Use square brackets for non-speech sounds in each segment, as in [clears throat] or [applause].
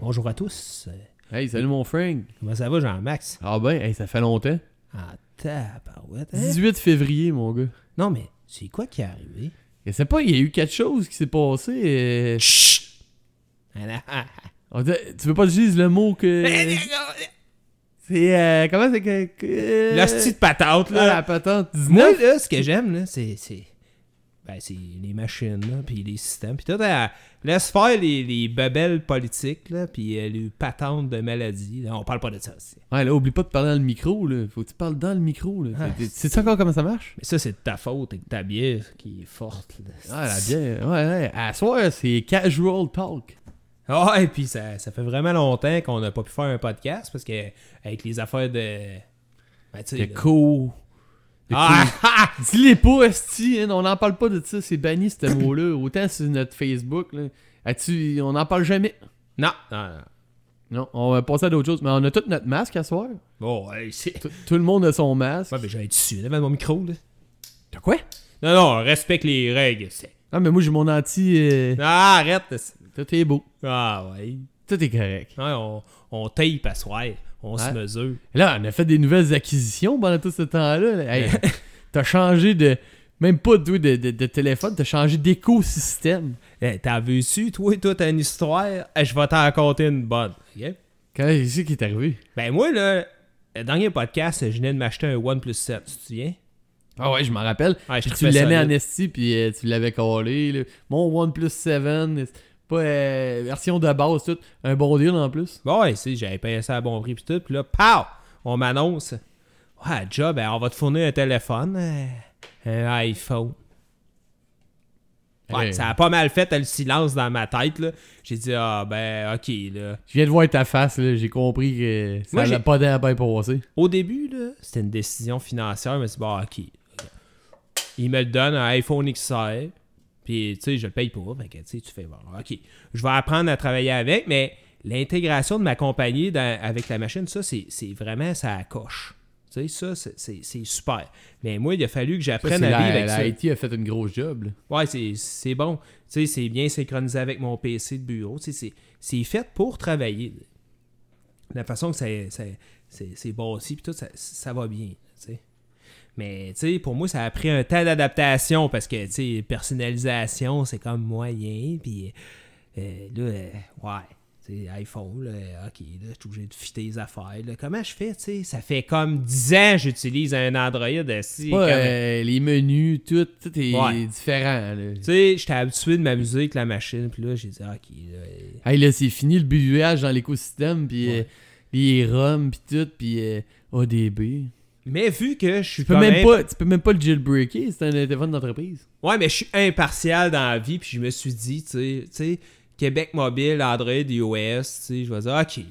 Bonjour à tous. Hey, salut mon Frank. Comment ça va, Jean-Max? Ah ben, hey, ça fait longtemps. Ah, tabarouette. hein? 18 février, mon gars. Non, mais c'est quoi qui est arrivé? Je sais pas, il y a eu quelque chose qui s'est passé. euh, Chut! Ah, là, ah, ah. on dirait- tu veux pas que je dise le [laughs] mot que. C'est. euh, comment c'est que. que- La petite patate, Ah, là. la patente Moi, 19. là, ce que j'aime, là, c'est. c'est- Ben, c'est les machines, là, puis les systèmes. Puis tout, euh, laisse faire les, les babelles politiques, là, puis euh, les patentes de maladies. Là, on parle pas de ça. c'est- Ouais, là, oublie pas de parler dans le micro, là. Faut que tu parles dans le micro, là. Ah, C'est- Sais-tu encore comment ça marche? Mais ça, c'est de ta faute et de ta bière qui est forte. là. Ah, la bière. Ouais, ouais. À soir, c'est casual talk. Ah, et puis ça, ça fait vraiment longtemps qu'on n'a pas pu faire un podcast parce que avec les affaires de. Ben, tu sais. C'est là- cool. Le Ah, ah, Dis-les pas, esti, hein, on n'en parle pas de ça, c'est banni ce mot-là. Autant sur notre Facebook, là. As-tu- on n'en parle jamais. Non, non, non. Non, on va passer à d'autres choses. Mais on a tout notre masque à soir. Bon, hey, c'est. Tout- Tout le monde a son masque. Ouais, mais j'allais être dessus, devant mon micro, là. T'as quoi? Non, non, respecte les règles, c'est. Ah, mais moi j'ai mon anti. euh, Ah, arrête, c'est- Tout est beau. Ah, ouais. Tout est correct. Ouais, on, on tape à soir, on se Ouais. mesure. Là, on a fait des nouvelles acquisitions pendant tout ce temps-là. là. Hey, [laughs] t'as changé de. Même pas toi, de, de, de téléphone, t'as changé d'écosystème. Hey, Eh, T'as vu-tu, toi, toute une histoire? Eh, Je vais t'en raconter une bonne. ok? Quand c'est qui est arrivé? Ben, moi, là, le dernier podcast, je venais de m'acheter un OnePlus 7, tu te souviens? Ah ouais, je m'en rappelle. Ouais, je Puis tu trippais l'aimais en solide. esti, puis euh, tu l'avais collé. là. Mon OnePlus 7, euh, pas euh, version de base, tout. Un bon deal en plus. Bon, Bah ouais, c'est, j'avais payé ça à bon prix pis tout, pis là, pow! On m'annonce. Ouais, job, ben, on va te fournir un téléphone, euh, un iPhone. Ouais, Hey. ça a pas mal fait euh, le silence dans ma tête, là. J'ai dit, ah, ben, ok, là. Je viens de voir ta face, là, j'ai compris que ça Moi, n'a j'ai- pas d'air bien passé. Au début, là, c'était une décision financière, mais c'est bon, ok. Il me le donne, un iPhone XR, puis, tu sais, je le paye pour, fait que, tu sais, tu fais, bon, ok. Je vais apprendre à travailler avec, mais l'intégration de ma compagnie dans- avec la machine, ça, c'est c'est vraiment, ça coche. Tu sais, ça, c'est- c'est c'est super. Mais moi, il a fallu que Après, j'apprenne la, à vivre avec la ça. IT a fait une grosse job. là. Ouais, c'est- c'est bon. Tu sais, c'est bien synchronisé avec mon PC de bureau. Tu sais, c'est- c'est fait pour travailler. La façon que ça, ça- c'est c'est bâti, puis tout, ça, ça va bien. tu sais. Mais, tu sais, pour moi, ça a pris un temps d'adaptation parce que, tu sais, personnalisation, c'est comme moyen. Puis euh, là, euh, ouais, tu sais, iPhone, là, ok, là, je suis obligé de fitter les affaires. là. Comment je fais, tu sais? Ça fait comme 10 ans que j'utilise un Android. Si, Pas, comme- euh, les menus, tout, tout est Ouais. différent. là. tu sais, j'étais habitué de m'amuser avec la machine, puis là, j'ai dit, ah, ok, là. euh, Hey, là, c'est fini le buage dans l'écosystème, puis Ouais. euh, les ROM, puis tout, puis euh, ODB. Mais vu que je suis Tu peux, quand même pas, tu peux même pas le jailbreaker, c'est un téléphone d'entreprise. Ouais, mais je suis impartial dans la vie, puis je me suis dit, tu sais, tu sais, Québec mobile, Android, iOS, tu sais, je vais dire, ok,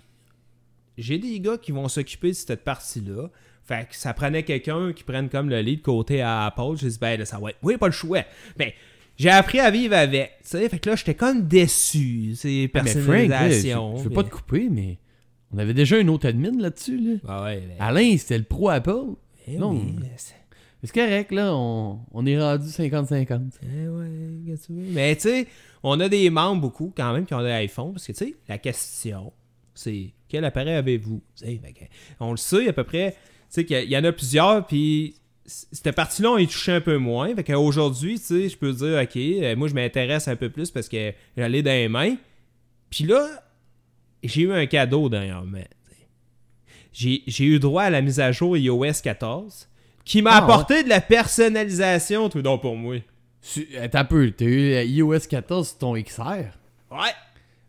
j'ai des gars qui vont s'occuper de cette partie-là. Fait que ça prenait quelqu'un qui prenne comme le lead côté à Apple. J'ai dit, ben là, ça va être, oui, pas le choix. Mais j'ai appris à vivre avec, tu sais, fait que là, j'étais comme déçu, c'est Ah, Mais Frank, là, je, personnalisation. je veux pas te mais- couper, mais on avait déjà une autre admin là-dessus. Là. Ah ouais, ben, Alain, c'était le pro Apple. eh non. oui, mais c'est- C'est correct, là, on, on est rendu 50-50. Eh ouais, qu'est-ce que tu veux? Mais tu sais, on a des membres beaucoup quand même qui ont des iPhones parce que tu sais, la question, c'est quel appareil avez-vous? Tu sais, fait que, On le sait à peu près, tu sais, qu'il y a- il y en a plusieurs, puis c- cette partie-là, on y touchait un peu moins. Fait qu'aujourd'hui, tu sais, je peux dire, ok, euh, moi je m'intéresse un peu plus parce que j'allais dans les mains. Puis là, j'ai eu un cadeau dernièrement. tu sais. J'ai j'ai eu droit à la mise à jour iOS 14 qui m'a Ah, apporté de la personnalisation, tout donc pour moi. Tu- Attends un peu, euh, t'as eu la iOS 14 sur ton XR. Ouais!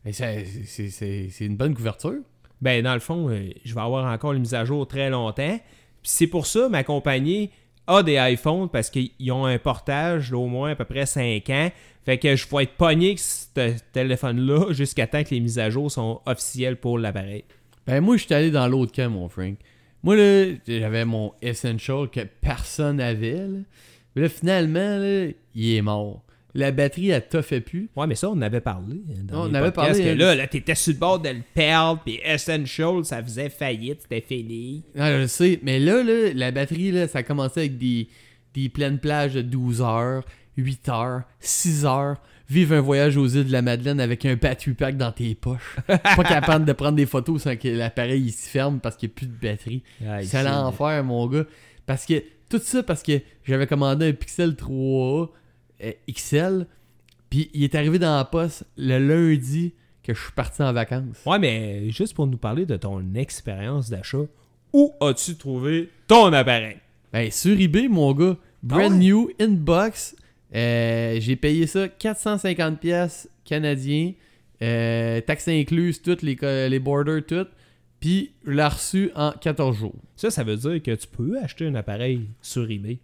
Mais ça- c'est- c'est c'est- c'est une bonne couverture. ben dans le fond, euh, je vais avoir encore une mise à jour très longtemps. Puis c'est pour ça ma compagnie a des iPhones parce qu'ils ont un portage d'au moins à peu près 5 ans. Fait que je vais être pogné avec ce téléphone-là jusqu'à temps que les mises à jour sont officielles pour l'appareil. Ben moi, je suis allé dans l'autre camp, mon Frank. Moi, là, j'avais mon Essential que personne n'avait. Là. Mais là, finalement, là, il est mort. La batterie, elle toffait plus. Ouais, mais ça, on en avait parlé. hein, Dans On les en avait podcasts, parlé, que hein. là, là t'étais sur le bord de le perdre, puis Essential, ça faisait faillite, c'était fini. Non, je le sais, mais là, là, la batterie, là, ça commençait avec des, des pleines plages de 12 heures, 8 heures, 6 heures. vivre un voyage aux îles de la Madeleine avec un battery pack dans tes poches. pas capable de prendre des photos sans que l'appareil il se ferme parce qu'il n'y a plus de batterie. Aïe, C'est l'enfer, mon gars. Parce que tout ça, parce que j'avais commandé un Pixel 3 XL, puis il est arrivé dans la poste le lundi que je suis parti en vacances. Ouais, mais juste pour nous parler de ton expérience d'achat, où as-tu trouvé ton appareil? Ben, sur eBay, mon gars, brand ouais? new, inbox, euh, j'ai payé ça 450$ piastres canadiens, euh, taxes incluses, toutes les, co- les borders, toutes, puis je l'ai reçu en 14 jours. Ça, ça veut dire que tu peux acheter un appareil sur eBay. Hey,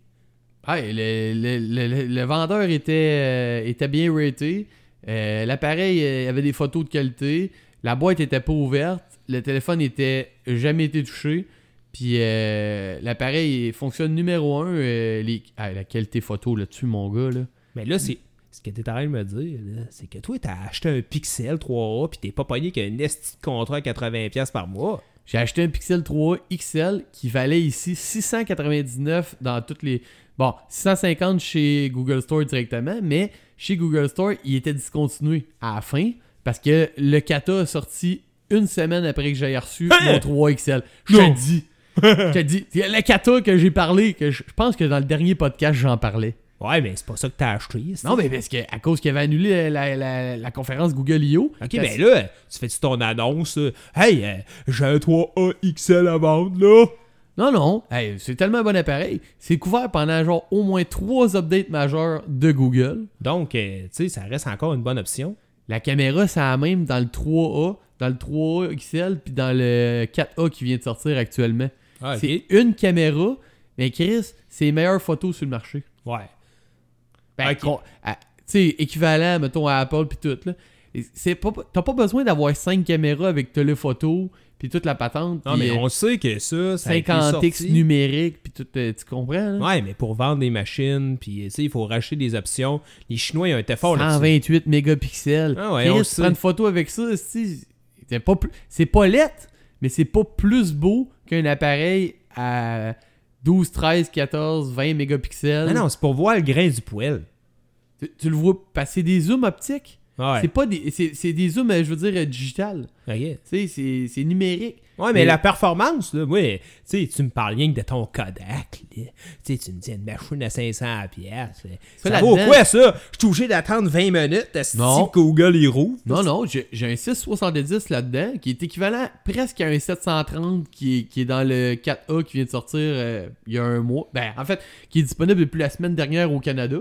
Ah, le, le- le- le- le vendeur était, euh, était bien raté. Euh, L'appareil euh, avait des photos de qualité. La boîte était pas ouverte. Le téléphone était jamais été touché. Puis euh, l'appareil fonctionne numéro un. euh, les... hey, la qualité photo là-dessus, mon gars. Là. Mais là, c'est. Ce que t'es en train de me dire, là, c'est que toi, t'as acheté un Pixel 3A puis t'es pas pogné qu'un esti de contrat à 80$ par mois. J'ai acheté un Pixel 3 XL qui valait ici 699 dans toutes les. Bon, 650 chez Google Store directement, mais chez Google Store, il était discontinué à la fin parce que le Kata a sorti une semaine après que j'aie reçu Hein? mon 3 XL. Je te Non. le dis. Je te le dis. C'est Le Kata que j'ai parlé, que je je pense que dans le dernier podcast, j'en parlais. Ouais, mais c'est pas ça que t'as acheté. esti. Non, mais parce que à cause qu'il avait annulé la, la- la conférence Google I.O. Ok, ben là, tu fais-tu ton annonce? euh, Hey, euh, j'ai un 3A XL à vendre, là! Non, non. Hey, c'est tellement un bon appareil. C'est couvert pendant genre au moins trois updates majeures de Google. Donc, euh, tu sais, ça reste encore une bonne option. La caméra, c'est la même dans le 3A, dans le 3A XL, puis dans le 4A qui vient de sortir actuellement. Ah, C'est une caméra, mais Chris, c'est les meilleures photos sur le marché. Ouais. Ben, Ok. con- à- tu sais, équivalent, mettons, à Apple, puis tout. Là. Et c'est pas- T'as pas besoin d'avoir cinq caméras avec téléphoto, puis toute la patente, Non, puis, mais euh, on sait que ça, ça a été 50x sorti. numérique, puis tout. euh, tu comprends? là? Ouais, mais pour vendre des machines, puis tu sais, il faut racheter des options. Les Chinois, ils ont été forts là-dessus. 128 mégapixels. Ah ouais, Chris, on le tu sait. prends une photo avec ça, si, c'est pas plus- c'est pas lettre, mais c'est pas plus beau qu'un appareil à 12, 13, 14, 20 mégapixels. Ah non, c'est pour voir le grain du poêle. Tu, tu le vois passer des zooms optiques. Ouais. C'est pas des c'est c'est des zooms, euh, je veux dire euh, digital. Ok. Tu sais, c'est c'est numérique. Ouais, mais Mais- la performance, là, ouais, tu sais, tu me parles rien que de ton Kodak, là. Tu sais, tu me dis une machine à 500 pièces. Ça, Ça, vaut là-dedans- quoi, ça? Je suis obligé d'attendre 20 minutes à ce Non. que Google, il roule. Non non, j'ai j'ai un 670 là-dedans qui est équivalent presque à un 730 qui est, qui est dans le 4A qui vient de sortir euh, il y a un mois. Ben en fait, qui est disponible depuis la semaine dernière au Canada.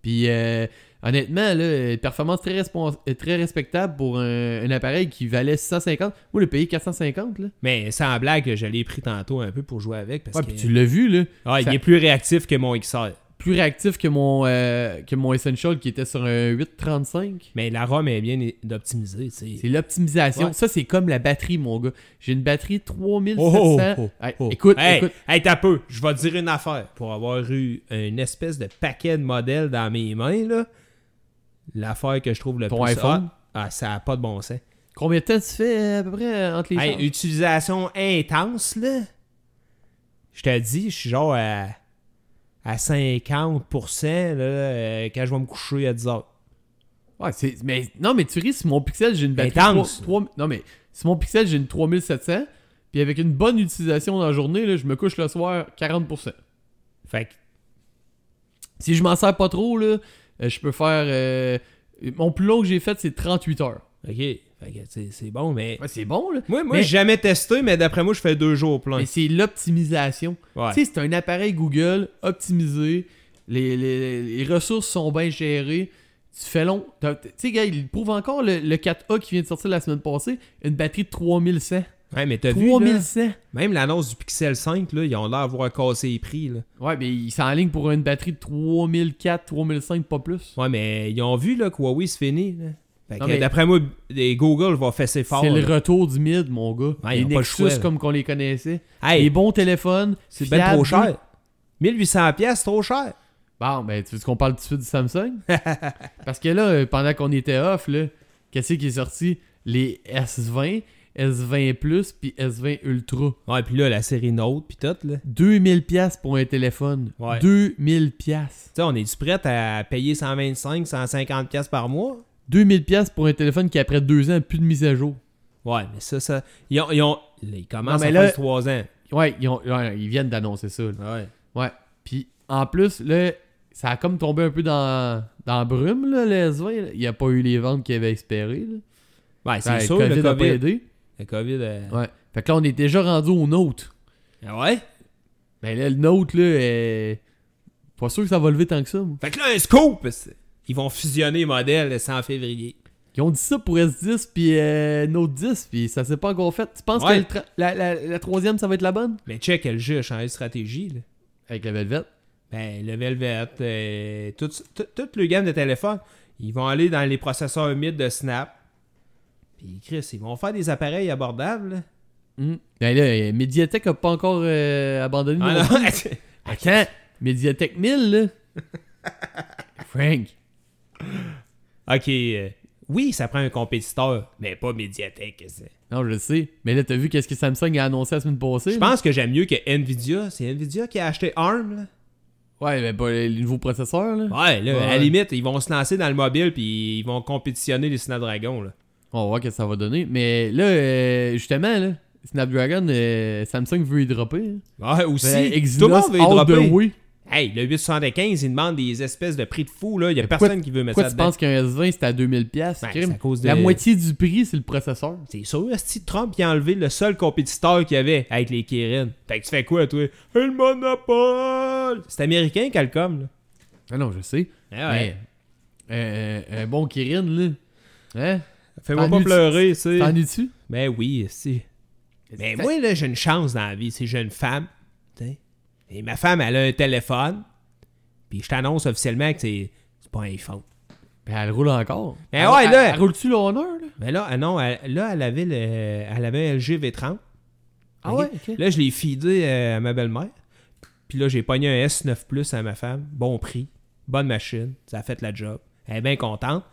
Puis euh, honnêtement, là, une performance très, respons- euh, très respectable pour un, un appareil qui valait 650. Moi, le payé 450. Là. Mais sans blague, je l'ai pris tantôt un peu pour jouer avec parce Ouais, que puis tu l'as vu, là, Ah, ça- il est plus réactif que mon XR. plus réactif que mon, euh, que mon Essential qui était sur un 835. Mais la ROM est bien optimisée, tu sais. C'est l'optimisation. Ouais. Ça, c'est comme la batterie, mon gars. J'ai une batterie 3700. Oh, oh, oh, Hey, oh. Écoute, hey, écoute. hey, t'as peu. Je vais te dire une affaire. Pour avoir eu une espèce de paquet de modèles dans mes mains, là, l'affaire que je trouve le Ton plus iPhone? hot, ah, ça n'a pas de bon sens. Combien de temps tu fais euh, à peu près euh, entre les Hey, charges? utilisation intense, là. Je te dis, je suis genre à, à 50% là, euh, quand je vais me coucher à 10 heures. Ouais, c'est- mais, non, mais tu ris, si mon pixel, j'ai une batterie. Intense. trois- trois- non, mais si mon pixel, j'ai une 3700, puis avec une bonne utilisation dans la journée, là, je me couche le soir 40%. Fait que, Si je m'en sers pas trop, là, euh, je peux faire. euh, mon plus long que j'ai fait, c'est 38 heures. ok, Fait que, tu sais, c'est bon, mais. Ouais, c'est bon, là. Moi, moi Mais- j'ai jamais testé, mais d'après moi, je fais deux jours plein. Mais c'est l'optimisation. Ouais. Tu sais, c'est un appareil Google optimisé. Les, les- les ressources sont bien gérées. Tu fais long. T'as- Tu sais, gars, il prouve encore le, le 4A qui vient de sortir la semaine passée. Une batterie de 3100. Ouais, mais t'as vu. là, 3100! Même l'annonce du Pixel 5, là, ils ont l'air d'avoir cassé les prix. Là. Ouais, mais il s'enligne pour une batterie de 3004, 3005, pas plus. Ouais, mais ils ont vu là, que Huawei se finit. Là. Fait que Non, mais- d'après moi, les Google vont fesser fort. C'est le là. retour du mid, mon gars. Ouais, ils ont les pas le Nexus choix, là. comme qu'on les connaissait. Hey, Les bons téléphones. c'est fiables. ben trop cher. 1800 pièces, trop cher. Bon, ben, tu veux qu'on parle tout de suite du [laughs] Samsung? Parce que là, euh, pendant qu'on était off, là, qu'est-ce qui est sorti? Les S20. S20 Plus puis S20 Ultra. Ouais, puis là, la série Note, puis tout, là. Tu 2000 pièces pour un téléphone. Ouais. 2000 pièces. sais, on est-tu prêt à payer 125, 150 pièces par mois? 2000 pièces pour un téléphone qui après deux ans a plus de mise à jour. Ouais, mais ça, ça... Ils, ont, ils, ont- là, ils commencent Non, mais à là- faire 3 ans. Ouais, ils, ont- ouais, ils viennent d'annoncer ça. là. Ouais. Ouais. Puis en plus, là, ça a comme tombé un peu dans, dans la brume, là, le S20. là. Il n'y a pas eu les ventes qu'il avait espérées. là. Ouais, c'est Ouais, sûr, COVID le a pas COVID. aidé. Le COVID... euh, Ouais. Fait que là, on est déjà rendu au Note. Ah ouais? Mais Ben là, le Note, là, est... pas sûr que ça va lever tant que ça. moi. Fait que là, un scoop! c'est- Ils vont fusionner les modèles le 100 février. Ils ont dit ça pour S10 puis euh, Note 10, puis ça s'est pas encore fait. Tu penses Ouais. que le tra- la, la- la troisième, ça va être la bonne? Mais check, le jeu a changé de stratégie, là. Avec la Velvet. Ben, le Velvet, euh, tout- tout- toute le gamme de téléphones, ils vont aller dans les processeurs humides de Snap. Puis Chris, ils vont faire des appareils abordables. là. Hmm. Ben là, euh, Mediatek a pas encore euh, abandonné. non Ah, plus. non, [laughs] [laughs] Attends, Mediatek 1000, là. Frank. ok. euh, oui, ça prend un compétiteur, mais pas Mediatek. que c'est. Non, je le sais. Mais là, t'as vu qu'est-ce que Samsung a annoncé la semaine passée? Je là? pense que j'aime mieux que Nvidia. C'est Nvidia qui a acheté ARM. Ouais, mais pas les nouveaux processeurs, là. Là. Ouais, là, à la Ouais. limite, ils vont se lancer dans le mobile puis ils vont compétitionner les Snapdragon. Là. On va voir ce que ça va donner. Mais là, euh, justement, là, Snapdragon, euh, Samsung veut y dropper. hein. Ouais, aussi. Ben, tout le Exynos, monde veut y all the dropper. Ben, way. Hey, le 875, ils demandent des espèces de prix de fou. là. Il n'y a Mais personne qui veut mettre Pourquoi ça tu dedans. penses qu'un S20, c'est à 2000$? piastres, Ben, crime? c'est à cause de- La moitié du prix, c'est le processeur. C'est sûr, si Trump il a enlevé le seul compétiteur qu'il y avait avec les Kirin. Fait que tu fais quoi, toi? Le monopole! C'est américain, Calcom, là. Ah non, je sais. Ah ouais. Mais, euh, un bon Kirin, là. Hein? Fais-moi T'en pas es-tu- pleurer, c'est. T'en es-tu? Ben oui, si. Mais moi, là, j'ai une chance dans la vie. C'est j'ai une femme. t'sais. Et ma femme, elle a un téléphone. Puis je t'annonce officiellement que c'est c'est pas un iPhone. Ben, elle roule encore. Ben Elle- ouais, elle- là. Elle roule-tu l'honneur, là? Mais là, ah non, elle- là, elle avait, le, elle avait un LG V30. Ah Ok? ouais, ok. Là, je l'ai feedé euh, à ma belle-mère. Puis là, j'ai pogné un S9 Plus à ma femme. Bon prix, bonne machine, ça a fait la job. Elle est bien contente.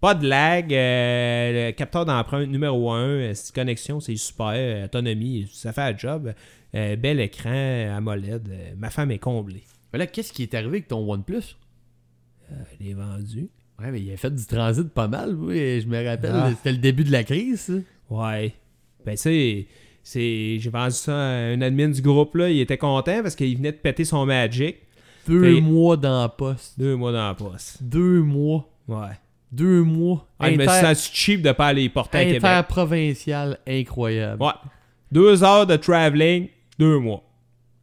Pas de lag, euh, le capteur d'empreinte numéro 1, connexion, c'est super, euh, autonomie, ça fait la job. Euh, bel écran, euh, AMOLED, euh, ma femme est comblée. Ben là, qu'est-ce qui est arrivé avec ton OnePlus? Elle est vendue. Ouais, mais il a fait du transit pas mal, oui. Je me rappelle, Ah. c'était le début de la crise, ça. Ouais. Ben, tu sais, c'est- j'ai vendu ça à un admin du groupe, là. Il était content parce qu'il venait de péter son Magic. Deux Fait- mois dans la poste. Deux mois dans la poste. Deux mois. Ouais. Deux mois. Ah, je me Inter- sens cheap de pas aller les porter à Québec. Interprovincial, incroyable. Ouais. Deux heures de traveling, deux mois.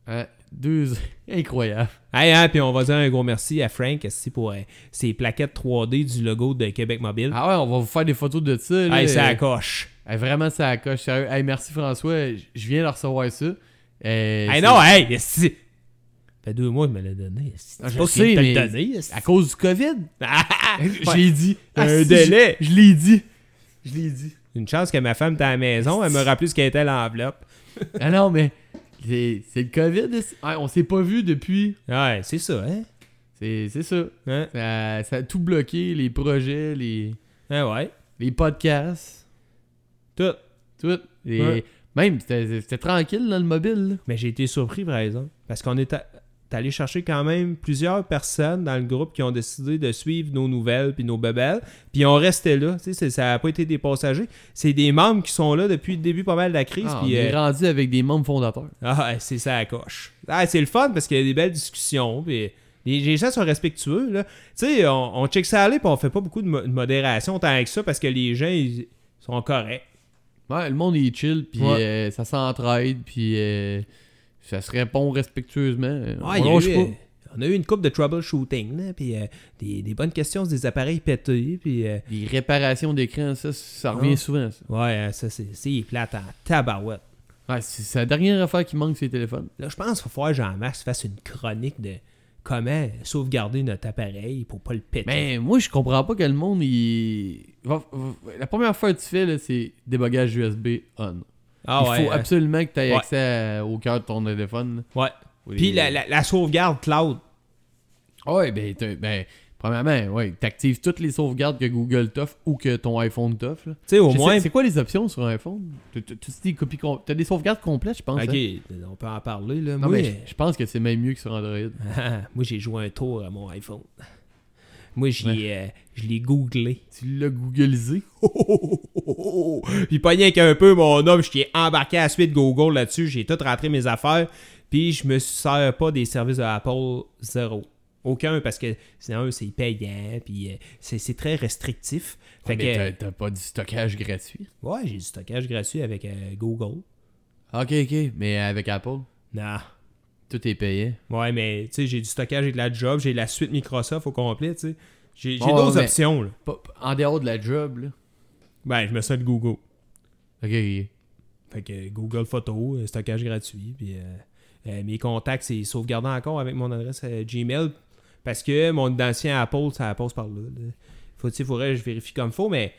Hein, Deux... [laughs] incroyable. Hey, hein, puis on va dire un gros merci à Frank ici pour euh, ses plaquettes 3D du logo de Québec Mobile. Ah ouais, on va vous faire des photos de ça. là. hey, c'est la coche. Hey, vraiment, ça coche, sérieux. Hey, merci François, J- je viens de recevoir ça. Euh, Hey, c'est- non, hey, esti. fait deux mois qu'il me l'a donné. esti. Ah, C'est je pas sais, qu'il te mais- l'a donné. esti. [laughs] À cause du COVID, Ah, ah, ah. [laughs] je l'ai dit. Un Ah, si, délai. Je je l'ai dit. Je l'ai dit. Une chance que ma femme était à la maison, elle me rappelait ce qu'elle était l'enveloppe. ah non, mais c'est c'est le COVID. ici. Ouais, on s'est pas vu depuis. Ouais, c'est ça, hein? C'est c'est ça. Hein? ça. Ça a tout bloqué, les projets, les, Ah ouais. les podcasts, Tout. tout. Et Ouais. Même, c'était c'était tranquille dans le mobile. là. Mais j'ai été surpris, par exemple, parce qu'on est a- t'es allé chercher quand même plusieurs personnes dans le groupe qui ont décidé de suivre nos nouvelles puis nos bebelles, puis on restait là. Tu sais, c'est- ça n'a pas été des passagers. C'est des membres qui sont là depuis le début pas mal de la crise. Ah, on puis, est euh, rendu avec des membres fondateurs. ah, ouais, c'est ça à coche. Ah, c'est le fun parce qu'il y a des belles discussions. Puis les, les gens sont respectueux. Là. Tu sais, on, on check ça aller puis on fait pas beaucoup de, mo- de modération tant que ça parce que les gens ils sont corrects. Ouais, le monde est chill, puis Ouais. euh, ça s'entraide, puis euh, ça se répond respectueusement. Ouais, il on y a lâche eu, pas. euh, on a eu une coupe de troubleshooting, là, puis euh, des, des bonnes questions sur des appareils pétés, puis euh, Les réparations d'écran, ça, ça revient Ah. souvent. ça. ouais, euh, ça c'est c'est plate en tabarouette. Ouais, c'est c'est la dernière affaire qui manque, c'est les téléphones. Là, je pense qu'il faut faire Jean-Max fasse une chronique de comment sauvegarder notre appareil pour pas le péter. Mais moi, je comprends pas que le monde, il... va- va- La première fois que tu fais, là, c'est débogage USB on. ah il ouais, faut hein. absolument que tu aies Ouais. accès à- au cœur de ton téléphone. ouais. Puis la, la- la sauvegarde cloud. Ouais, Ah ben, t'as- ben, Premièrement, ouais, t'actives toutes les sauvegardes que Google t'offre ou que ton iPhone t'offre. là. Tu sais, au Je sais- moins. C'est quoi les options sur un iPhone T'as- T'as t'as des copies com- t'as des sauvegardes complètes, je pense. Ok, hein? on peut en parler, là. Non, moi, mais je- je pense que c'est même mieux que sur Android. Ah, [laughs] moi, j'ai joué un tour à mon iPhone. Moi, j'y, Ouais. euh, je l'ai googlé. Tu l'as googlisé. Oh, oh, oh, oh, oh. [laughs] Puis pas rien qu'un peu, mon homme, je t'ai embarqué à la suite Google là-dessus. J'ai tout rentré mes affaires. Puis je me sers pas des services de Apple zéro. Aucun, parce que sinon, c'est payant. Puis euh, c'est, c'est très restrictif. Fait Ouais, mais que, t'as- t'as pas du stockage gratuit. ouais, j'ai du stockage gratuit avec euh, Google. Ok, ok, mais avec Apple, Non. tout est payé. Ouais, mais tu sais, j'ai du stockage, j'ai de la job, j'ai la suite Microsoft au complet, tu sais. J'ai, j'ai Ouais, d'autres mais- options, là. Pas- pas- en dehors de la job, là. Ben, je me sers de Google. Ok, ok. Fait que euh, Google Photo, euh, stockage gratuit. Puis euh, euh, mes contacts, c'est sauvegardant encore avec mon adresse euh, Gmail. Parce que mon identifiant Apple, ça passe par là. là. Faut, tu sais, faudrait que je vérifie comme faut, mais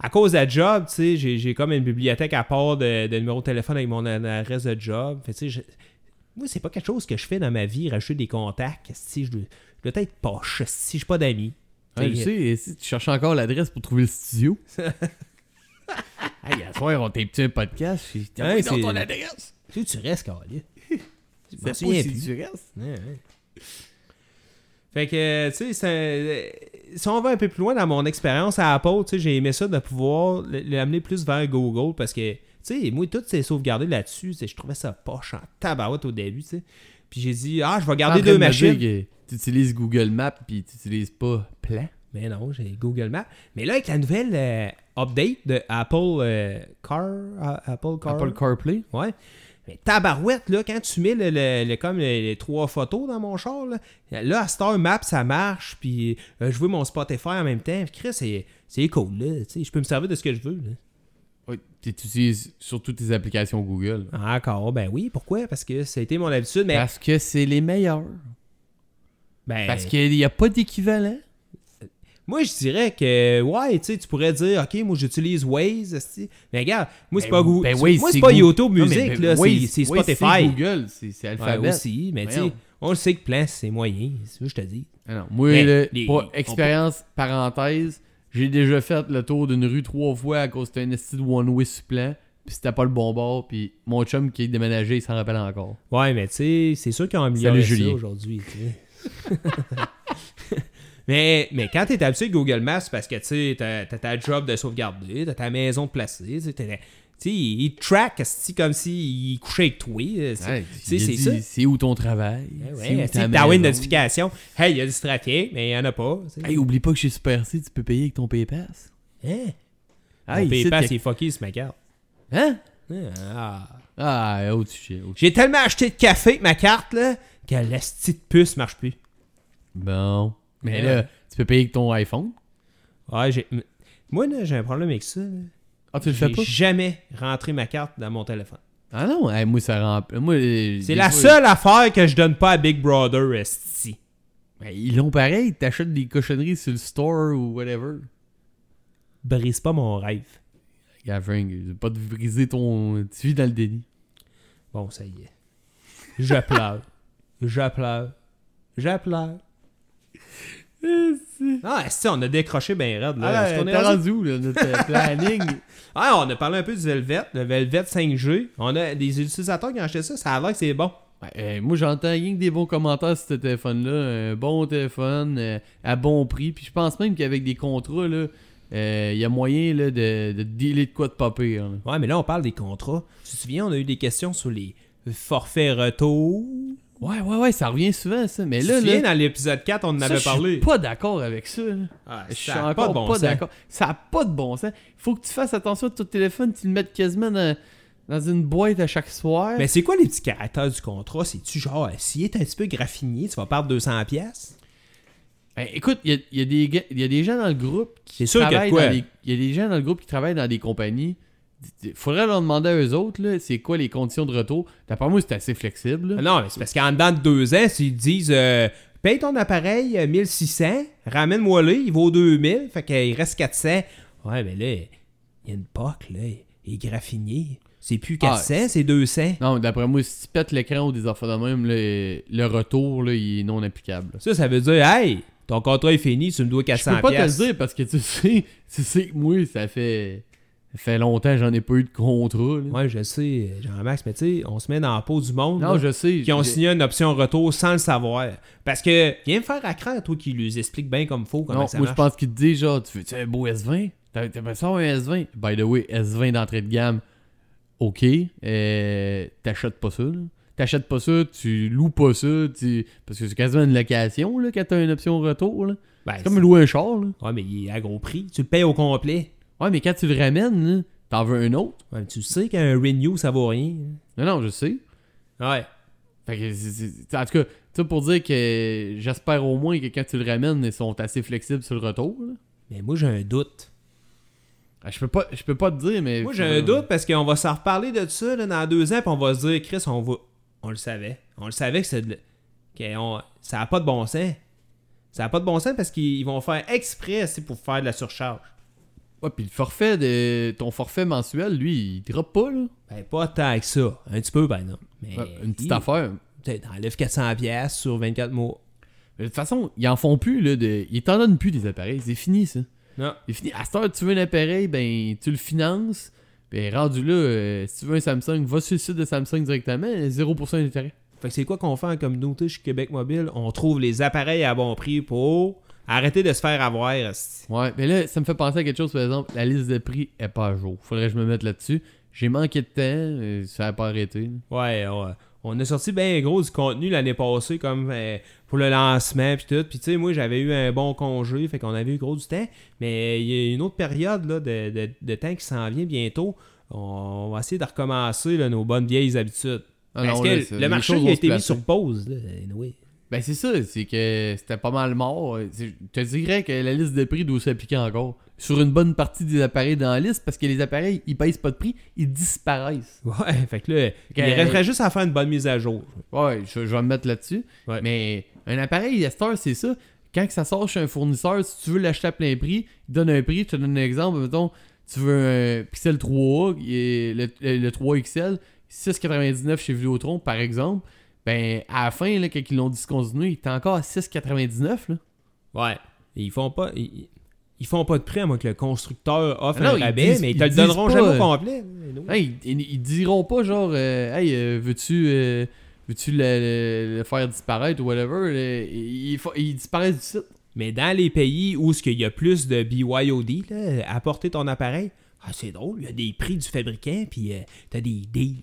à cause de la job, tu sais, j'ai, j'ai comme une bibliothèque à part de, de numéro de téléphone avec mon adresse de job. Fait que, tu sais, je- moi, c'est pas quelque chose que je fais dans ma vie, rajouter des contacts. Si je, dois- je dois être poche, si je pas d'amis. Ouais, je Fait que- sais, et si tu cherches encore l'adresse pour trouver le studio. [laughs] hey, à soir, on t'a petit un podcast. puis T'as Hey, pas Ah dans c'est- ton adresse. Tu sais, tu restes, Carlis. Tu m'en [laughs] C'est souviens pas plus. si tu restes. Ouais, ouais. Fait que, euh, tu sais, c'est un- euh, si on va un peu plus loin dans mon expérience à Apple, tu sais, j'ai aimé ça de pouvoir l- l'amener plus vers Google parce que, tu sais, moi, tout s'est sauvegardé là-dessus. tu sais, Je trouvais ça poche en tabarouette au début, tu sais. Puis j'ai dit, ah, je vais garder T'es en deux train de me machines. dire que Tu utilises Google Maps puis tu utilises pas Plan. Mais non, j'ai Google Maps. Mais là, avec la nouvelle euh, update de Apple euh, Car, A- Apple Car, Apple CarPlay. Ouais. Mais tabarouette, là, quand tu mets le, le- le- comme les, les trois photos dans mon char, là, là à Star Map, ça marche, puis euh, je veux mon Spotify en même temps. Chris, c'est, c'est cool, là. tu sais, Je peux me servir de ce que je veux. là. Oui, tu utilises surtout tes applications Google. Encore, ben oui. Pourquoi? Parce que ça a été mon habitude, mais... Parce que c'est les meilleurs. ben, Parce qu'il n'y a pas d'équivalent. Moi, je dirais que, ouais, tu sais, tu pourrais dire, OK, moi, j'utilise Waze, esti. mais regarde, moi, c'est Ben, pas, Goo- ben Waze, moi, c'est pas Goo- YouTube Non, mais Music, ben, là, c'est- Waze- c'est, Waze, Spotify. C'est Google, c'est c'est Ouais, Alphabet. aussi, mais tu sais, Voyons. on le sait que Plan, c'est moyen, c'est ce que je te dis. Ah non, moi, Mais là, les- pour on expérience parenthèse, j'ai déjà fait le tour d'une rue trois fois à cause d'un esti de one-way supplant, puis c'était pas le bon bord, puis mon chum qui est déménagé, il s'en rappelle encore. Ouais, mais tu sais, c'est sûr qu'ils ont amélioré Salut, ça Julien. aujourd'hui. tu sais. [laughs] mais, mais quand t'es habitué de Google Maps, c'est parce que tu sais, t'as t'as ta job de sauvegarder, t'as ta maison de placer, tu sais, t'as- tu sais, ils ils te track esti, comme s'ils couchaient avec toi. euh, c'est- Ouais, tu sais, il a c'est dit, ça. Eh C'est où ton travail? Ouais, C'est où ouais, ta t'as une maison? notification. Hey, il y a du trafic, mais il n'y en a pas. tu sais. Hey, oublie pas que chez Super C, tu peux payer avec ton PayPass. Hein? Ah, Mon il sait PayPal, que- c'est fucké, c'est ma carte. Hein? Ah. Ah, oh, tu chier. oh, tu- J'ai tellement acheté de café avec ma carte, là, que la petite puce marche plus. Bon. Mais Ouais. là, tu peux payer avec ton iPhone? Ouais, j'ai... Moi, là, j'ai un problème avec ça. là. Ah, tu le fais J'ai pas? jamais rentré ma carte dans mon téléphone. Ah non, hey, moi, ça remplit. Moi, euh, C'est des la fois, seule affaire que je donne pas à Big Brother esti. Ben, ils l'ont pareil, t'achètes des cochonneries sur le store ou whatever. Brise pas mon rêve. Gavin, pas de briser ton. Tu vis dans le déni. Bon, ça y est. Je pleure. Je pleure. Je pleure. Ah, esti, on a décroché ben raide. Ah, Là. Euh, Est-ce qu'on est rendu- où, là, notre euh, [laughs] planning? Ah, on a parlé un peu du Velvet, le Velvet 5G. On a des utilisateurs qui ont acheté ça, ça a l'air que c'est bon. Ouais, euh, moi, j'entends rien que des bons commentaires sur ce téléphone-là. Un bon téléphone, euh, à bon prix. Puis je pense même qu'avec des contrats, là, euh, il y a moyen là, de, de dealer de quoi de pas pire. là. Ouais, mais là, on parle des contrats. Tu te souviens, on a eu des questions sur les forfaits retour. Ouais, ouais, ouais, ça revient souvent, ça. Mais Tu te là, souviens, là. dans l'épisode 4, on en ça, avait je parlé. suis pas d'accord avec ça. là. Ah, Je suis ça a encore pas, bon sens. d'accord. Ça n'a pas de bon sens. Faut que tu fasses attention à ton téléphone, tu le mettes quasiment dans, dans une boîte à chaque soir. Mais c'est quoi les petits caractères du contrat? C'est-tu genre, s'il est un petit peu graffiné, tu vas perdre 200 pièces Ben, écoute, il y a, il y a des gars- il y a des gens dans le groupe C'est qui sûr qu'il y a de travaillent quoi. dans des- il y a des gens dans le groupe qui travaillent dans des compagnies. Il faudrait leur demander à eux autres, là, c'est quoi les conditions de retour. D'après moi, c'est assez flexible. là. Ah Non, mais c'est parce qu'en dedans de deux ans, s'ils te disent, euh, paye ton appareil euh, 1600, ramène-moi le, il vaut 2000, fait qu'il reste 400. Ouais, mais là, il y a une POC, là, il est graffiné. C'est plus Ah, 400, c'est 200. Non, d'après moi, si tu pètes l'écran ou des enfants de même, là, le retour, là, il est non applicable. Ça, ça veut dire, hey, Ton contrat est fini, tu me dois 400$. Je peux pas te piastres. le dire parce que tu sais, tu sais que moi, ça fait, ça fait longtemps que j'en ai pas eu de contrat. là. Ouais, je sais, Jean-Max, mais tu sais, on se met dans la peau du monde. non, là, je sais. Qui ont j'ai- signé une option retour sans le savoir. Parce que, viens me faire à craindre, toi, qui lui explique bien comme faut comment Non, ça moi, je marche. pense qu'il te dit genre, tu veux-tu un beau S20 T'as- T'aimerais ça un S20 By the way, S20 d'entrée de gamme, ok. euh, T'achètes pas ça. là. T'achètes pas ça, tu loues pas ça. Tu... Parce que c'est quasiment une location là, quand t'as une option retour. là. Ben, C'est comme louer un char. Là. c'est- Ouais, mais il est à gros prix. Tu le payes au complet. Ouais, mais quand tu le ramènes, là, t'en veux un autre. Ouais, mais tu sais qu'un renew, ça vaut rien. Non, non, je sais. Ouais. Fait que c'est- c'est- en tout cas, ça pour dire que j'espère au moins que quand tu le ramènes, ils sont assez flexibles sur le retour. là. Mais moi, j'ai un doute. Ah, Je peux pas, je peux pas te dire, mais. Moi, j'ai un doute parce qu'on va s'en reparler de ça là, dans deux ans, puis on va se dire, Chris, on va. On le savait. On le savait que c'est de... que on- ça n'a pas de bon sens. Ça n'a pas de bon sens parce qu'ils ils vont faire exprès c'est pour faire de la surcharge. Ouais, puis le forfait de ton forfait mensuel, lui, il drop pas là. Ben, pas tant que ça. Un petit peu, ben non. Mais Ouais, une petite il- affaire. Peut-être, T'enlèves 400$ piastres sur 24 mois. Mais De toute façon, ils en font plus là. De... Ils t'en donnent plus des appareils. C'est fini ça. Non. C'est fini. À cette heure, tu veux un appareil, ben tu le finances. Ben rendu là, euh, si tu veux un Samsung, va sur le site de Samsung directement. 0% d'intérêt. Fait que c'est quoi qu'on fait en communauté chez Québec Mobile? On trouve les appareils à bon prix pour arrêter de se faire avoir. esti. Ouais, mais là, ça me fait penser à quelque chose, par exemple, la liste de prix est pas à jour. Faudrait que je me mette là-dessus. J'ai manqué de temps, euh, ça a pas arrêté. Ouais, on, on a sorti bien gros du contenu l'année passée, comme euh, pour le lancement puis tout. Puis tu sais, moi j'avais eu un bon congé, fait qu'on avait eu gros du temps. Mais il y a une autre période là, de, de- de temps qui s'en vient bientôt. On va essayer de recommencer là, nos bonnes vieilles habitudes. Ah Parce non, que là, ça- le les marché choses il vont a se été mis placer. sur pause. Là, anyway. Ben c'est ça, c'est que c'était pas mal mort. C'est- Je te dirais que la liste de prix doit s'appliquer encore. Sur une bonne partie des appareils dans la liste, parce que les appareils, ils baissent pas de prix, ils disparaissent. Ouais, [laughs] fait que là, il euh, resterait juste à faire une bonne mise à jour. Ouais, je, je vais me mettre là-dessus. Ouais. Mais un appareil à cette heure, c'est ça. Quand que ça sort chez un fournisseur, si tu veux l'acheter à plein prix, il te donne un prix. Je te donne un exemple. Mettons, tu veux un Pixel 3A, il est- le, le- le 3 XL, 6,99 chez Vidéotron, par exemple. Ben, à la fin, là, quand ils l'ont discontinué, il était encore à 6,99. là. Ouais. Et ils font pas. Ils, ils font pas de prix à moins que le constructeur offre Ah non, un ils rabais, disent- mais ils te ils le donneront disent jamais pas, au euh, complet. Hein, ils, ils- ils diront pas genre, euh, hey, euh, veux-tu euh, veux-tu le, le- le faire disparaître ou whatever. là? Ils, ils font- ils disparaissent du site. Mais dans les pays où ce qu'il y a plus de BYOD, là, apporter ton appareil, ah, c'est drôle, il y a des prix du fabricant, puis euh, t'as des deals.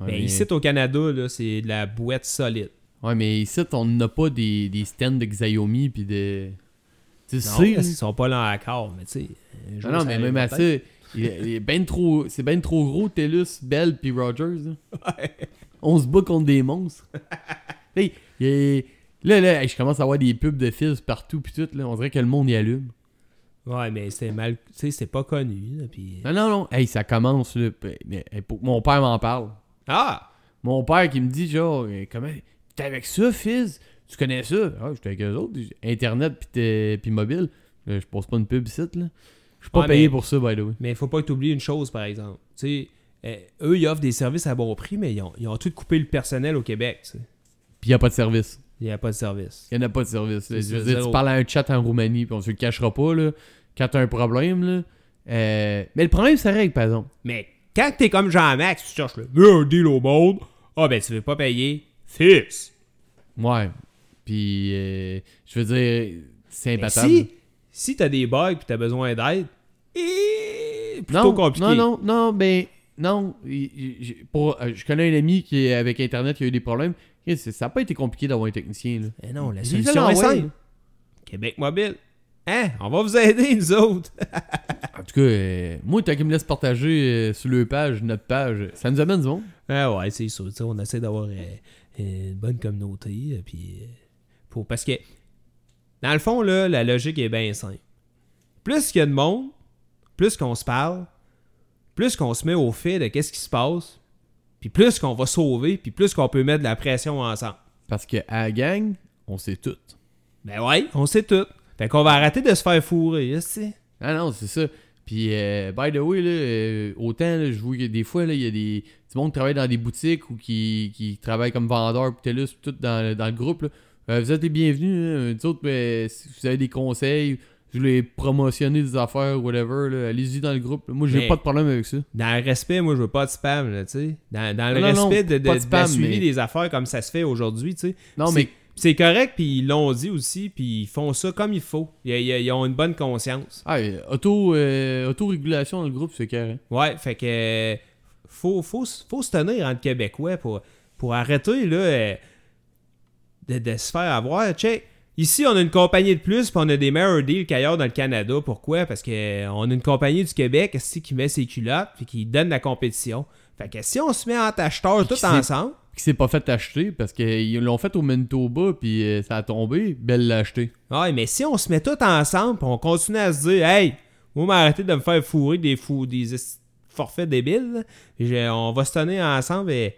Ouais, mais mais- ici, au Canada, là, c'est de la boîte solide. Ouais, mais ici, on n'a pas des, des stands de Xiaomi puis de. Tu Non, sais. parce qu'ils sont pas là encore, mais tu sais. un jour, Ah Non, non, ça mais arrive même à ça, peut-être. il est- il est ben trop, c'est ben trop gros, Telus, Bell puis Rogers. là. [laughs] On se bat contre des monstres. Hey, il est- Là, là, hey, je commence à avoir des pubs de fils partout puis tout. Là. On dirait que le monde y allume. Ouais, mais c'est mal. Tu sais, c'est pas connu. là, puis- Non, non, non. Hey, ça commence. Là, p- mais, hey, pour- mon père m'en parle. Ah! Mon père qui me dit genre, euh, comment. T'es avec ça, fils Tu connais ça Ah, j'étais avec eux autres. Internet puis t'es- puis mobile. Euh, je pose pas une pub ici, là. Je suis pas Ouais, payé mais- pour ça, by the way. Mais il faut pas que tu oublies une chose, par exemple. Tu sais, euh, eux, ils offrent des services à bon prix, mais ils ont, ils ont tout coupé le personnel au Québec. tu sais. Puis y a pas de service. Il n'y a pas de service. Il n'y en a pas de service. là. C'est Je veux ça, dire, zéro. tu parles à un chat en Roumanie, puis on se le cachera pas, là, quand t'as un problème. Là, Euh, Mais le problème, ça règle, par exemple. Mais quand t'es comme Jean-Max, tu cherches le meilleur deal au monde, ah ben tu veux pas payer, fixe. Ouais. Puis, euh, je veux dire, c'est Mais impatable. si, si t'as des bugs et t'as besoin d'aide, et plutôt non, compliqué. non, non, non, ben, non. il- il- j'ai- pour- euh, je connais un ami qui, est avec Internet, qui a eu des problèmes. Et c'est- Ça n'a pas été compliqué d'avoir un technicien. Là. Mais Eh non, la Il solution l'a est envoyé. simple. Québec Mobile. Hein? On va vous aider, nous autres. Ah. En tout cas, euh, moi, tant qu'ils me laissent partager euh, sur leur page, notre page, ça nous amène du monde. Ah ouais, c'est sûr. tu sais, on essaie d'avoir euh, une bonne communauté. euh, puis, euh, pour... Parce que, dans le fond, là, la logique est bien simple. Plus qu'il y a de monde, plus qu'on se parle, plus qu'on se met au fait de qu'est-ce qui se passe, puis plus qu'on va sauver, puis plus qu'on peut mettre de la pression ensemble. Parce qu'à la gang, on sait tout. Ben ouais, on sait tout. Fait qu'on va arrêter de se faire fourrer, tu sais. Ah non, c'est ça. Puis, euh, by the way, là, euh, autant, là, je vois que des fois, là, il y a des, du monde qui travaille dans des boutiques ou qui, qui travaille comme vendeur, puis TELUS, puis tout dans, le- dans le groupe. là. Euh, vous êtes les bienvenus. hein. Nous autres, ben, si vous avez des conseils, vous voulez promotionner des affaires, whatever, là, allez-y dans le groupe. Moi, j'ai Mais- pas de problème avec ça. Dans le respect, moi, je veux pas de spam, là, tu sais. Dans, dans le Non, non, respect de, de, pas de de spam, la suivi mais- des affaires comme ça se fait aujourd'hui, tu sais. Non, C'est- mais C'est correct, puis ils l'ont dit aussi, puis ils font ça comme il faut. Ils, ils- ils ont une bonne conscience. ah, euh, auto, euh, autorégulation dans le groupe, c'est carré. Ouais, fait que euh, faut, faut, s- faut se tenir entre Québécois pour, pour arrêter là, euh, de, de se faire avoir. Check. Ici, on a une compagnie de plus, puis on a des meilleurs deals qu'ailleurs dans le Canada. Pourquoi? Parce qu'on a une compagnie du Québec esti, qui met ses culottes puis qui donne la compétition. Fait que si on se met en tâche-tâche Puis tout qui ensemble, Qui s'est pas fait acheter parce qu'ils l'ont fait au Manitoba, puis euh, ça a tombé. Belle l'a acheté. Ouais, mais si on se met tout ensemble pis on continue à se dire Hey, moi m'arrêter de me faire fourrer des fou des esti- forfaits débiles, là. Je- on va se tenir ensemble et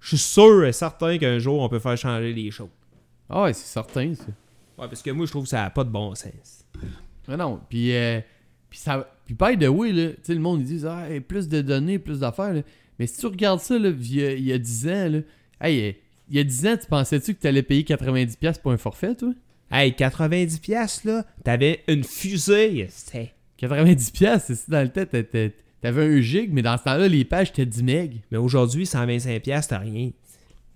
je suis sûr et certain qu'un jour on peut faire changer les choses. Ah, ouais, c'est certain, ça. Ouais, parce que moi je trouve que ça n'a pas de bon sens. Mais non, puis euh, puis ça puis by the way là, tu sais le monde ils disent ah, hey, plus de données, plus d'affaires là. mais si tu regardes ça là, il y a, il y a 10 ans là, hey, euh, il y a 10 ans, tu pensais-tu que tu allais payer 90$ piastres pour un forfait, toi? Hey, 90$ piastres, là, t'avais une fusée, c'est. 90$, piastres, c'est ça, dans le temps, t'as- t'as- t'avais un gig, mais dans ce temps-là, les pages, t'étaient 10 meg. Mais aujourd'hui, 125$, piastres, t'as rien.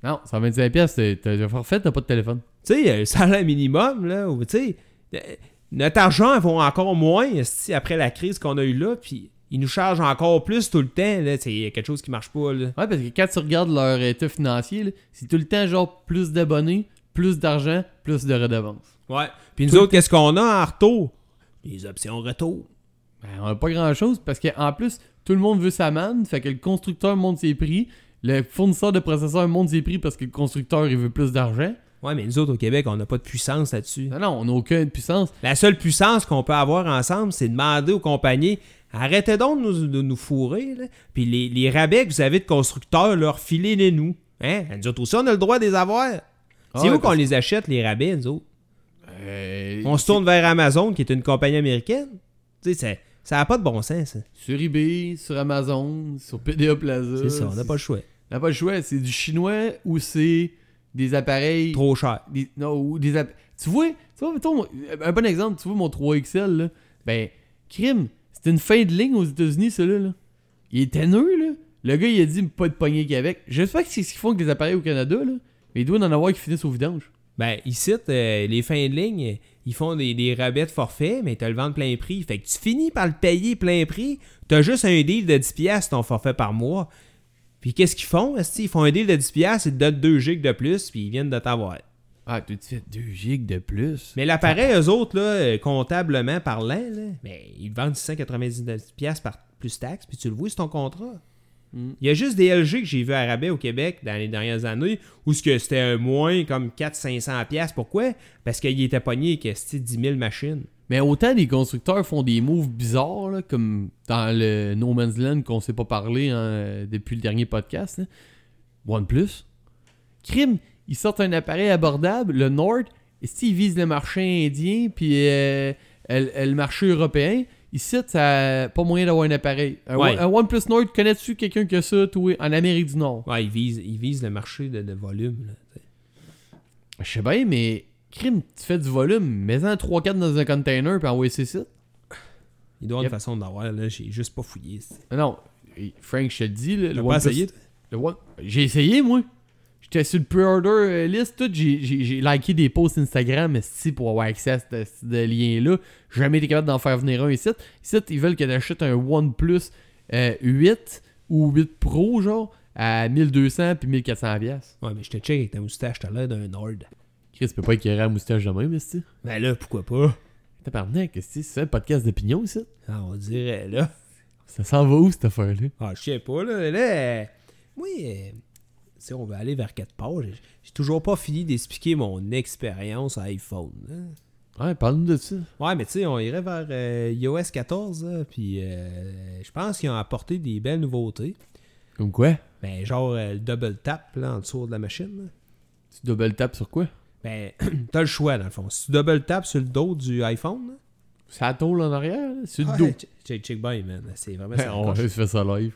Non, 125$, piastres, t'as- t'as un forfait, t'as pas de téléphone. Tu sais, euh, le salaire minimum, là, ou tu sais, euh, notre argent vaut encore moins esti, après la crise qu'on a eue là, puis ils nous chargent encore plus tout le temps, là, c'est quelque chose qui marche pas, là. Ouais, parce que quand tu regardes leur état financier, là, c'est tout le temps genre plus d'abonnés, plus d'argent, plus de redevances. Ouais. Puis Tout nous le autres, qu'est-ce qu'on a en retour? Les options retour. Ben, on a pas grand chose parce qu'en plus, tout le monde veut sa manne, fait que le constructeur monte ses prix, le fournisseur de processeurs monte ses prix parce que le constructeur il veut plus d'argent. Ouais, mais nous autres, au Québec, on n'a pas de puissance là-dessus. Non, non, on n'a aucune puissance. La seule puissance qu'on peut avoir ensemble, c'est demander aux compagnies arrêtez donc de nous, de nous fourrer, là. puis les, les rabais que vous avez de constructeurs, leur filez-les-nous. Hein? Nous autres aussi, on a le droit de les avoir. Ah ouais, c'est où qu'on parce- les achète, les rabais, nous autres? Euh, On se tourne vers Amazon, qui est une compagnie américaine. Tu sais, ça- ça n'a pas de bon sens, ça. Sur eBay, sur Amazon, sur PDA Plaza. C'est ça, on n'a pas le choix. on n'a pas le choix. C'est du chinois ou c'est des appareils. Trop cher. Des- non, ou des app- Tu vois, tu vois, mettons, un bon exemple, tu vois mon 3XL, là, ben, crime, c'était une fin de ligne aux États-Unis, celui-là. là. Il était neuf, là. Le gars, il a dit pas de poignée Québec. J'espère que c'est ce qu'ils font avec les appareils au Canada, là. Mais il doit en avoir qui finissent au vidange. Ben, ici, euh, les fins de ligne, ils font des, des rabais de forfait, mais tu le vends plein prix. Fait que tu finis par le payer plein prix. Tu as juste un deal de 10$ piastres, ton forfait par mois. Puis qu'est-ce qu'ils font? esti? Ils font un deal de 10$, piastres, ils te donnent 2 gigs de plus, puis ils viennent de t'avoir. Ah, tout de suite, 2 gigs de plus. Mais l'appareil, eux autres, là, euh, comptablement parlant, là, ben, ils le vendent 699$ piastres par plus taxe, puis tu le vois, c'est ton contrat. Mm. Il y a juste des LG que j'ai vu à rabais au Québec dans les dernières années où ce que c'était un moins comme 400-500$. piastres. Pourquoi? Parce qu'il était pogné euh, que c'était 10 000 machines. Mais autant les constructeurs font des moves bizarres, là, comme dans le No Man's Land qu'on s'est pas parlé hein, depuis le dernier podcast. là. OnePlus. Crime, ils sortent un appareil abordable, le Nord. Et s'ils visent le marché indien, puis euh, euh, le le marché européen, ici, t'as pas moyen d'avoir un appareil. Un, Ouais. One- un OnePlus Nord, connais-tu quelqu'un que ça, toi, en Amérique du Nord? Ouais, ils visent, ils visent le marché de, de volume. là, t'sais. Je sais bien, mais crime, tu fais du volume, mets-en 3-4 dans un container, puis envoie ces sites. Il doit y avoir Yep. une façon d'avoir, là, j'ai juste pas fouillé. c'est- Non, et Frank, je te le dis, là, le T'as OnePlus- pas essayé? toi? Le One- J'ai essayé, moi. J'étais sur le pre-order euh, list, tout. J'ai- J'ai j'ai liké des posts Instagram esti, pour avoir accès à ce, ce de lien-là. J'ai Jamais été capable d'en faire venir un ici. Ici, ils veulent que j'achète un OnePlus euh, 8 ou 8 Pro, genre, à 1200 puis 1400 pièces. Ouais, mais je te check avec ta moustache, t'as l'air d'un Nord. Chris peut pas éclairer la moustache de même, esti. Ben là, pourquoi pas? Tabarnak, esti, c'est ça, le podcast d'opinion, ici? Ah, on dirait, là. Ça s'en va où, cette affaire-là? Ah, je sais pas, là. là euh, moi, euh, tu sais, on va aller vers quatre pages. J'ai- J'ai toujours pas fini d'expliquer mon expérience iPhone. hein. Ouais, parle-nous de ça. Ouais, mais tu sais, on irait vers euh, iOS 14, là, puis euh, je pense qu'ils ont apporté des belles nouveautés. Comme quoi? Ben, genre euh, le double tap, là, en dessous de la machine. là. Tu double tap sur quoi? Ben, [clears throat] t'as le choix, dans le fond. Si tu double tap sur le dos du iPhone, là, C'est la tôle en arrière, là? C'est le ah, dos. check- check, Ben, [laughs] check bien, man. C'est vraiment... ça On [laughs] accroche. fait ça live.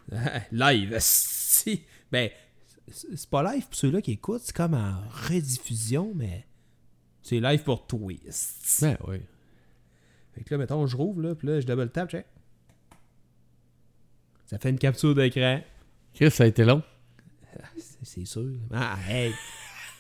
Live, si. Ben, c'est c'est pas live pour ceux-là qui écoutent, c'est comme en rediffusion, mais c'est live pour Twist. Ben oui. Fait que là, mettons, je rouvre, là, puis là, je double tap, check. Ça fait une capture d'écran. Chris, ça a été long. C'est- C'est sûr. Ah, hey!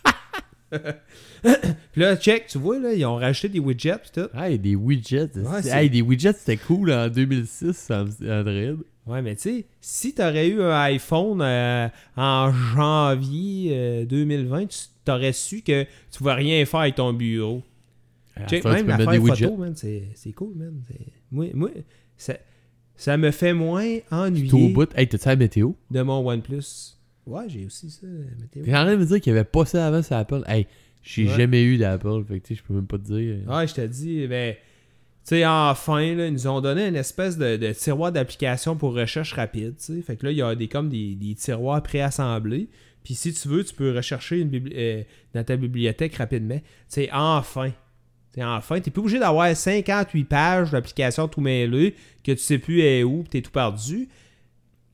[laughs] puis là, check, tu vois, là, ils ont racheté des widgets, pis tout. Hey, des widgets. Ouais, c'est- c'est- hey, des widgets, c'était cool en 2006 sur Android. Ouais, mais tu sais, si t'aurais eu un iPhone euh, en janvier euh, 2020, tu t'aurais su que tu pouvais rien faire avec ton bureau. Ah, Check, ça, tu même peux mettre l'affaire des widgets. photo, man, c'est c'est cool, man. C'est- Moi, moi ça, ça me fait moins Tout au ennuyé bout. Hey, t'as-tu la météo? de mon OnePlus. Ouais, j'ai aussi ça, météo. T'es en train de me dire qu'il n'y avait pas ça avant sur Apple. Hey, j'ai Ouais. Ah, jamais eu d'Apple. Fait que tu sais, je peux même pas te dire. Ouais, je te dis, ben, tu sais, enfin, là, ils nous ont donné une espèce de, de tiroir d'application pour recherche rapide, tu sais. Fait que là, il y a des, comme des, des tiroirs préassemblés. Puis si tu veux, tu peux rechercher une bibli- euh, dans ta bibliothèque rapidement. Tu sais, enfin. Tu sais, enfin, t'es plus obligé d'avoir 58 pages d'application tout mêlée que tu sais plus est où, puis t'es tout perdu.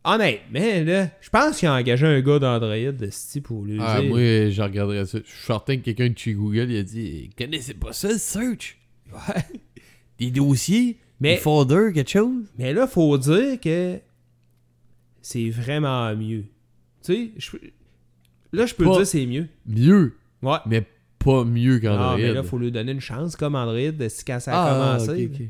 Honnêtement, là, je pense qu'il a engagé un gars d'Android de ce type pour lui Ah, dire- moi, euh, je regarderais ça. Je suis certain que quelqu'un de chez Google, il a dit « Connaissez pas ça, le search? Ouais. [laughs] Des dossiers? Mais- Des folders, quelque chose? Mais là, faut dire que c'est vraiment mieux. Tu sais, je peux- là, je peux Pas- dire c'est mieux. » Mieux, Ouais. mais pas mieux Ah, qu'Android. mais là, faut lui donner une chance, comme Android, de- si quand ça a Ah, commencé. ok, ok. Tu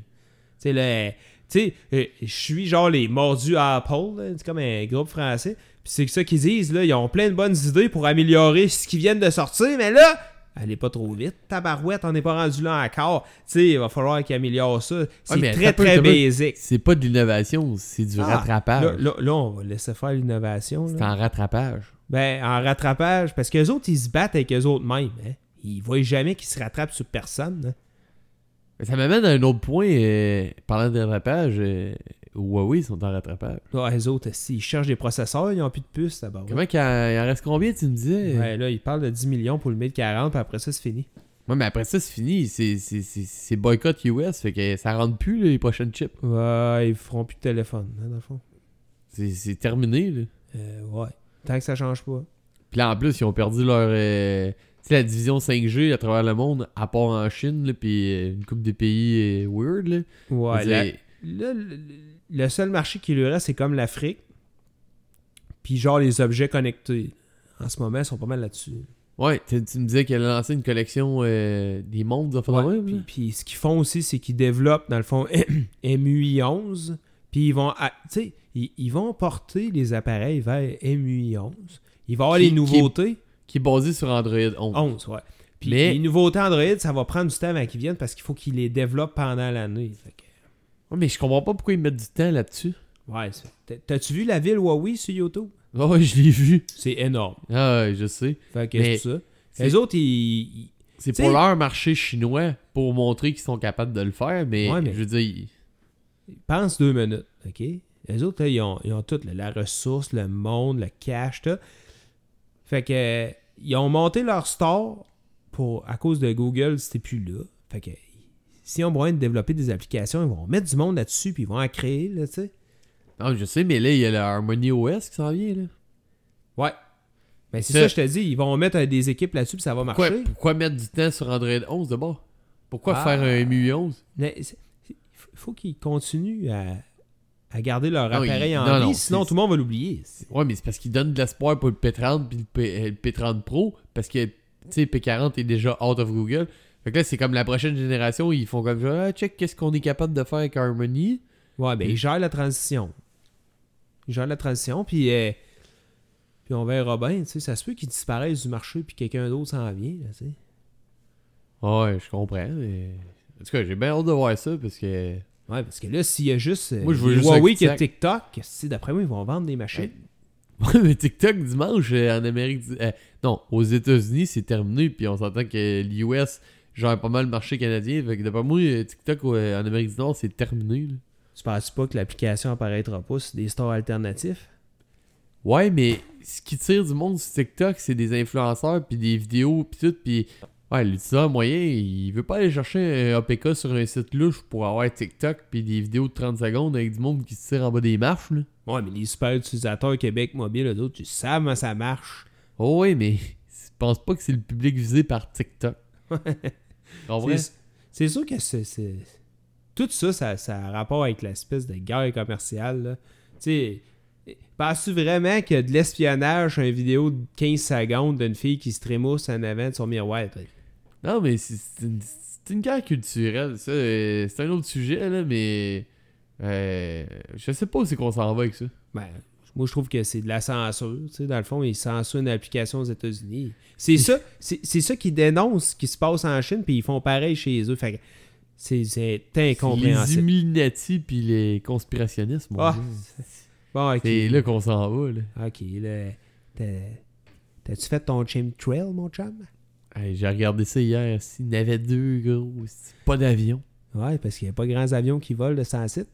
sais, le- tu sais, euh, je suis genre les mordus à Apple, là, c'est comme un groupe français. Puis c'est ça qu'ils disent, là, ils ont plein de bonnes idées pour améliorer ce qui vient de sortir, mais là, allez pas trop vite, tabarouette, on n'est pas rendu là encore. Tu sais, il va falloir qu'ils améliorent ça. C'est mais très, attends un peu, très attends un peu. basic. C'est pas de l'innovation, c'est du Ah, rattrapage. Là, là- là, on va laisser faire l'innovation. là. C'est en rattrapage. Ben, en rattrapage, parce qu'eux autres, ils se battent avec eux autres mêmes. Hein? Ils voient jamais qu'ils se rattrapent sur personne. hein. Mais Ça m'amène à un autre point. euh, parlant de rattrapage, euh, Huawei sont en rattrapage. Là, ah, eux autres, s'ils cherchent des processeurs, ils n'ont plus de puces d'abord. Comment qu'il en, il en reste combien, tu me disais? Ouais, là, ils parlent de 10 millions pour le 1040, puis après ça, c'est fini. Ouais, mais après ça, c'est fini. C'est- C'est c'est- c'est boycott US, fait que ça rentre plus là, les prochaines chips. Ouais, ils feront plus de téléphone, hein, dans le fond. C'est c'est terminé. Là. Euh, ouais. Tant que ça change pas. Puis là, en plus, ils ont perdu leur. euh, tu sais, la division 5G à travers le monde, à part en Chine, là, puis euh, une coupe de pays euh, weird. Là. Ouais, Je veux la- dire, là, le, le seul marché qui lui reste, c'est comme l'Afrique. Puis genre, les objets connectés. En ce moment, ils sont pas mal là-dessus. ouais, tu tu me disais qu'elle a lancé une collection euh, des mondes, ça Ouais, même. puis, là. puis ce qu'ils font aussi, c'est qu'ils développent, dans le fond, [coughs] MUI11. Puis ils vont, à- tu sais, ils, ils vont porter les appareils vers MUI11. Ils vont avoir Qui- les qui- nouveautés. Qui est basé sur Android 11. 11, ouais. Puis Mais- les nouveautés Android, ça va prendre du temps avant qu'ils viennent parce qu'il faut qu'ils les développent pendant l'année. Fait que, Ouais, mais je comprends pas pourquoi ils mettent du temps là-dessus. ouais, c'est- t'as- T'as-tu vu la ville Huawei sur YouTube? Ouais, ouais, je l'ai vu. C'est énorme. Ah, ouais, je sais. Fait que Mais c'est ça. c'est- Les autres, ils... ils- C'est T'sais- pour leur marché chinois pour montrer qu'ils sont capables de le faire, mais, Ouais, mais- je veux dire, ils- Pense deux minutes, OK? Les autres, là, ils, ont, ils ont tout, là, la ressource, le monde, le cash, tout. Fait que, euh, ils ont monté leur store pour, à cause de Google, c'était plus là. Fait que, si on moyen de développer des applications, ils vont mettre du monde là-dessus, puis ils vont en créer, là, tu sais. non, je sais, mais là, il y a le Harmony OS qui s'en vient. Là. Ouais. Mais Ben, c'est Ça- ça, je te dis, ils vont mettre euh, des équipes là-dessus, puis ça va Pourquoi, marcher. pourquoi mettre du temps sur Android 11 de bord Pourquoi Ah. faire un MU 11 Mais c'est- il faut- faut qu'ils continuent à, à garder leur Non, appareil ils- en Ah non, vie, non, sinon c'est- tout le monde va l'oublier. Ouais, mais c'est parce qu'ils donnent de l'espoir pour le P30 puis le, P, euh, le P30 Pro, parce que, tu sais, P40 est déjà out of Google. Fait que là, c'est comme la prochaine génération, ils font comme ça, ah, check qu'est-ce qu'on est capable de faire avec Harmony. Ouais, ben, il gère la transition. Il gère la transition, puis, euh, puis on verra bien. tu sais, Ça se peut qu'ils disparaissent du marché, puis quelqu'un d'autre s'en vient. là, tu sais. Ah Ouais, je comprends, mais. En tout cas, j'ai bien hâte de voir ça, parce que. [laughs] Ouais, parce que là, s'il y a juste, euh, Moi, je veux juste Huawei un qui a sac. TikTok, tu sais, d'après moi, ils vont vendre des machines. Ouais, mais TikTok dimanche euh, en Amérique du... euh, non, aux États-Unis, c'est terminé puis on s'entend que l'US gère pas mal le marché canadien, fait que d'après moi euh, TikTok euh, en Amérique du Nord, c'est terminé. là. Tu penses pas que l'application apparaîtra pas sur des stores alternatifs? Ouais, mais ce qui tire du monde sur TikTok, c'est des influenceurs puis des vidéos puis tout puis ouais, l'utilisateur moyen, il veut pas aller chercher un APK sur un site louche pour avoir TikTok puis des vidéos de 30 secondes avec du monde qui se tire en bas des marches là. Ouais, mais les super utilisateurs Québec mobile, eux autres, tu savent comment ça marche. Oh oui, mais je pense pas que c'est le public visé par TikTok. en vrai, C'est- C'est sûr que c'est- c'est- tout ça, ça, ça a rapport avec l'espèce de guerre commerciale. là. Tu sais, penses-tu vraiment qu'il y a de l'espionnage sur une vidéo de 15 secondes d'une fille qui se trémousse en avant de son miroir? ben, t'sais? non, mais c'est c'est une, c'est une guerre culturelle, ça. euh, C'est un autre sujet, là, mais. euh, je sais pas où c'est qu'on s'en va avec ça. Ben, moi, je trouve que c'est de la censure. tu sais, Dans le fond, ils censurent une application aux États-Unis. C'est ça, c'est c'est ça qu'ils dénoncent ce qui se passe en Chine, puis ils font pareil chez eux. Fait que c'est- c'est Les incompréhensible. Illuminati puis les conspirationnistes, mon Ah, Dieu. Bon, ok. C'est là qu'on s'en va, là. Ok, là. t'as- T'as-tu fait ton chimtrail, mon chum? Hey, J'ai regardé ça hier, s'il y en avait deux, gros. c'est Pas d'avion. Ouais, parce qu'il n'y a pas grands avions qui volent de sans site.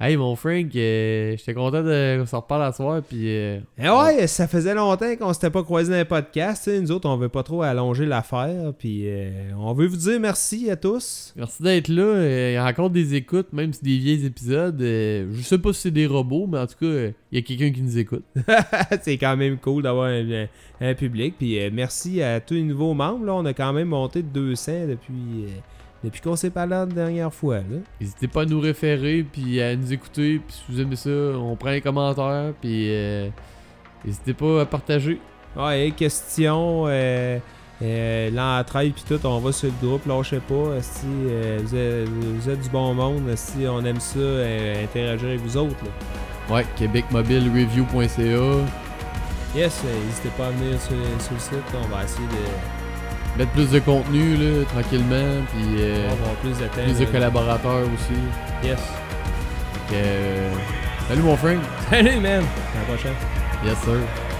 Hey, mon Frank, euh, j'étais content de qu'on s'en reparle à soir, puis... euh, Eh ouais, ça faisait longtemps qu'on s'était pas croisé dans les podcasts. tu sais, Nous autres, on veut pas trop allonger l'affaire. Puis euh, on veut vous dire merci à tous. [laughs] Merci d'être là. Euh, Il y a encore des écoutes, même si des vieils épisodes. Euh, je sais pas si c'est des robots, mais en tout cas, euh, il y a quelqu'un qui nous écoute. C'est quand même cool d'avoir un, un public. Puis euh, merci à tous les nouveaux membres. Là. On a quand même monté de 200 depuis, euh, depuis qu'on s'est parlé la dernière fois. là. N'hésitez pas à nous référer, puis à nous écouter. Puis si vous aimez ça, on prend les commentaires, puis... euh, N'hésitez pas à partager. Ouais, questions, euh, euh, l'entraide puis tout, on va sur le groupe, lâchez pas. Si vous, êtes, vous êtes du bon monde, si on aime ça, euh, interagir avec vous autres. là. Ouais, québecmobilereview.ca. Yes, euh, n'hésitez pas à venir sur, sur le site, on va essayer de Mettre plus de contenu, là, tranquillement, puis... euh, avoir plus de temps. plus de là. collaborateurs aussi. Yes. Fait que, euh, salut mon Frank. Salut, man! À la prochaine. Yes sir.